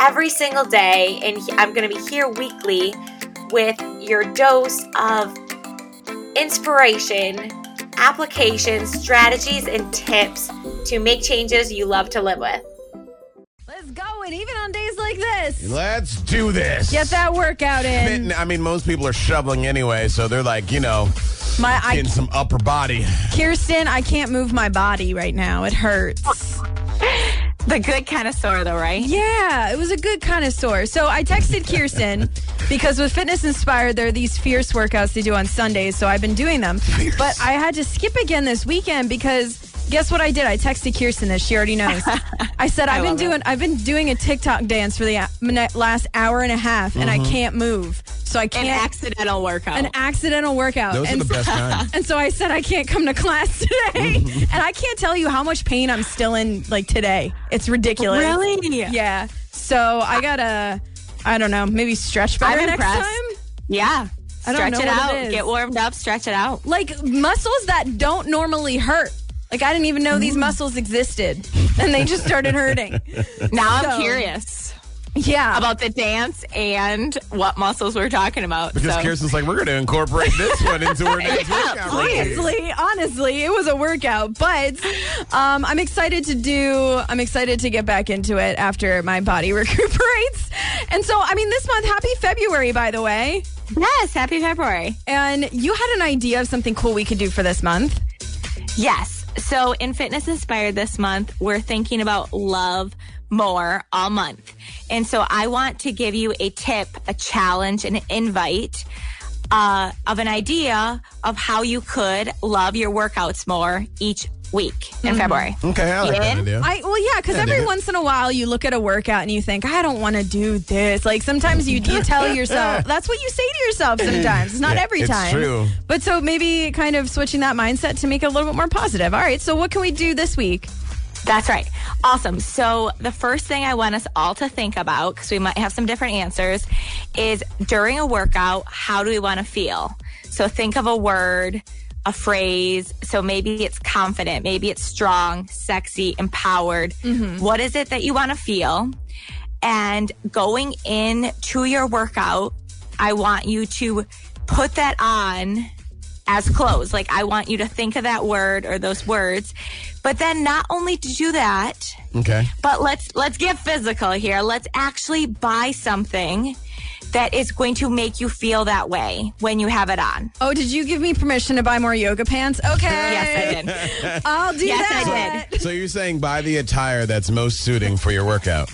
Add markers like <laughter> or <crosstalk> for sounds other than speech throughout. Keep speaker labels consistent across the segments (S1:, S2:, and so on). S1: every single day. And he- I'm going to be here weekly with your dose of inspiration, applications, strategies, and tips to make changes you love to live with.
S2: Let's go, and even on days like this,
S3: Let's do this.
S2: get that workout in.
S3: Fitting- I mean, most people are shoveling anyway, so they're like, you know,
S2: My, I,
S3: getting some upper body.
S2: Kirsten, I can't move my body right now. It hurts.
S4: The good kind of sore, though, right?
S2: Yeah, it was a good kind of sore. So I texted Kirsten because with Fitness Inspired, there are these fierce workouts they do on Sundays. So I've been doing them, but I had to skip again this weekend because guess what I did? I texted Kirsten this. She already knows. I said I've been
S4: love it.
S2: doing I've been doing a TikTok dance for the a- minute- last hour and a half, and I can't move, so I
S4: An
S2: can't.
S4: accidental workout.
S2: an accidental workout.
S3: Those
S2: and
S3: are the
S2: <laughs>
S3: best kind.
S2: And so I said I can't come to class <laughs>
S4: <laughs>
S2: today. and I can't tell you how much pain I'm still in like today. It's ridiculous.
S4: really?
S2: Yeah. So I gotta I don't know, maybe stretch better
S4: I'm
S2: next
S4: impressed.
S2: time.
S4: Yeah.
S2: I don't
S4: Stretch
S2: know
S4: it
S2: what
S4: out.
S2: it is.
S4: Get warmed up. Stretch it out.
S2: Like muscles that don't normally hurt. Like I didn't even know
S4: Mm.
S2: these muscles existed. And they just started
S4: <laughs>
S2: hurting.
S4: Now
S2: So-
S4: I'm curious
S2: yeah.
S4: about the dance and what muscles we're talking about.
S3: Because
S4: so.
S3: Kirsten's like, we're going to incorporate this one into
S2: <laughs>
S3: our next workout. routine."
S2: honestly, honestly, it was a workout, but um, I'm excited to do. I'm excited to get back into it after my body <laughs> recuperates. And so, I mean, this month, happy February, by the way.
S4: Yes. Happy February.
S2: And you had an idea of something cool we could do for this month.
S4: Yes. So in Fitness Inspired this month, we're thinking about love more all month. And so I want to give you a tip, a challenge, an invite uh, of an idea of how you could love your workouts more each week in February.
S3: Okay, I like that
S4: Yeah.
S3: idea.
S2: I well, yeah, because
S3: Yeah,
S2: every
S3: dude.
S2: once in a while you look at a workout and you think, I don't want to do this. Like sometimes you you tell yourself that's what you say to yourself. Sometimes it's not
S3: Yeah,
S2: every
S3: it's
S2: time.
S3: true.
S2: But so maybe kind of switching that mindset to make it a little bit more positive. All right, so what can we do this week?
S4: That's right. Awesome. So, the first thing I want us all to think about, because we might have some different answers, is during a workout, how do we want to feel? So, think of a word, a phrase. So, maybe it's confident, maybe it's strong, sexy, empowered. What is it that you want to feel? And going in to your workout, I want you to put that on as clothes. Like I want you to think of that word or those words. But then not only to do that,
S3: Okay.
S4: but let's let's get physical here. Let's actually buy something that is going to make you feel that way when you have it on.
S2: Oh, did you give me permission to buy more yoga pants? Okay.
S4: Yes, I did.
S2: I'll do
S4: Yes, I
S2: that.
S4: did.
S3: So you're saying buy the attire that's most suiting for your workout.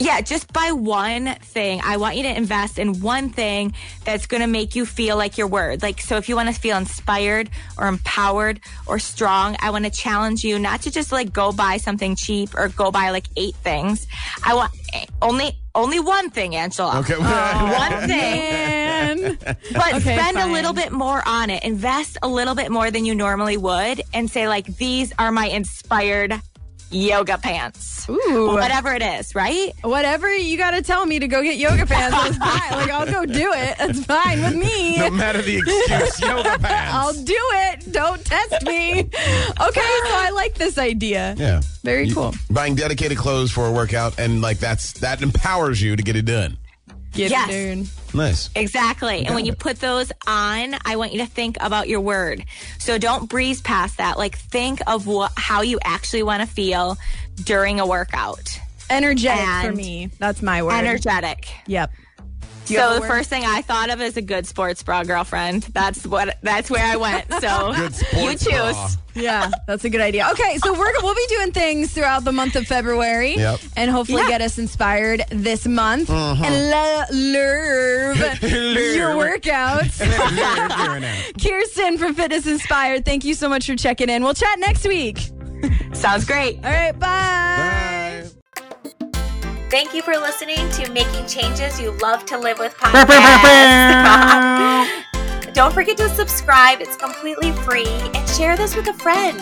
S4: Yeah, just buy one thing. I want you to invest in one thing that's going to make you feel like your word. Like, so if you want to feel inspired or empowered or strong, I want to challenge you not to just like go buy something cheap or go buy like eight things. I want eh, only, only one thing, Angela.
S3: Okay.
S2: Uh, <laughs>
S4: One thing,
S2: Man.
S4: <laughs> but
S2: Okay,
S4: spend
S2: fine.
S4: a little bit more on it. Invest a little bit more than you normally would and say, like, these are my inspired yoga pants.
S2: Ooh.
S4: Whatever it is, right?
S2: Whatever you got to tell me to go get yoga pants, that's
S4: <laughs>
S2: fine. Like, I'll go do it. That's fine with me.
S3: <laughs> no matter
S2: <laughs>
S3: the excuse, yoga pants.
S2: I'll do it. Don't test me. Okay, so I like this idea.
S3: yeah.
S2: Very
S3: You-
S2: cool.
S3: Buying dedicated clothes for a workout and like that's that empowers you to get it done.
S2: Get
S4: Yes.
S2: it, dude.
S3: Nice.
S4: Exactly. And when you put those on, I want you to think about your word. So don't breeze past that. Like think of what how you actually want to feel during a workout.
S2: Energetic for
S4: And-
S2: me. That's my word.
S4: Energetic.
S2: Yep. Do you have
S4: So
S2: a
S4: the
S2: word?
S4: first thing I thought of is a good sports bra, girlfriend. That's what that's where I went.
S2: <laughs>
S4: So
S3: Good sports
S4: you choose.
S3: bra.
S2: Yeah, that's a good idea. Okay, so we're we'll be doing things throughout the month of February,
S3: Yep.
S2: and hopefully
S4: Yeah.
S2: get us inspired this month and love your
S3: Lure.
S2: workouts. <laughs>
S4: <laughs>
S3: Lure, lure now.
S2: Kirsten from Fitness Inspired, thank you so much for checking in. We'll chat next week.
S4: Sounds great.
S2: All right, <laughs> bye.
S3: Bye.
S1: Thank you for listening to Making Changes You Love to Live With podcast. <laughs> Don't forget to subscribe. It's completely free and share this with a friend.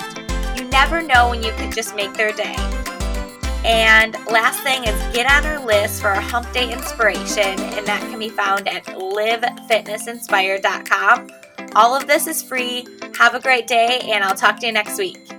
S1: You never know when you could just make their day. And last thing is get on our list for our hump day inspiration, and that can be found at livefitnessinspired.com. All of this is free. Have a great day, and I'll talk to you next week.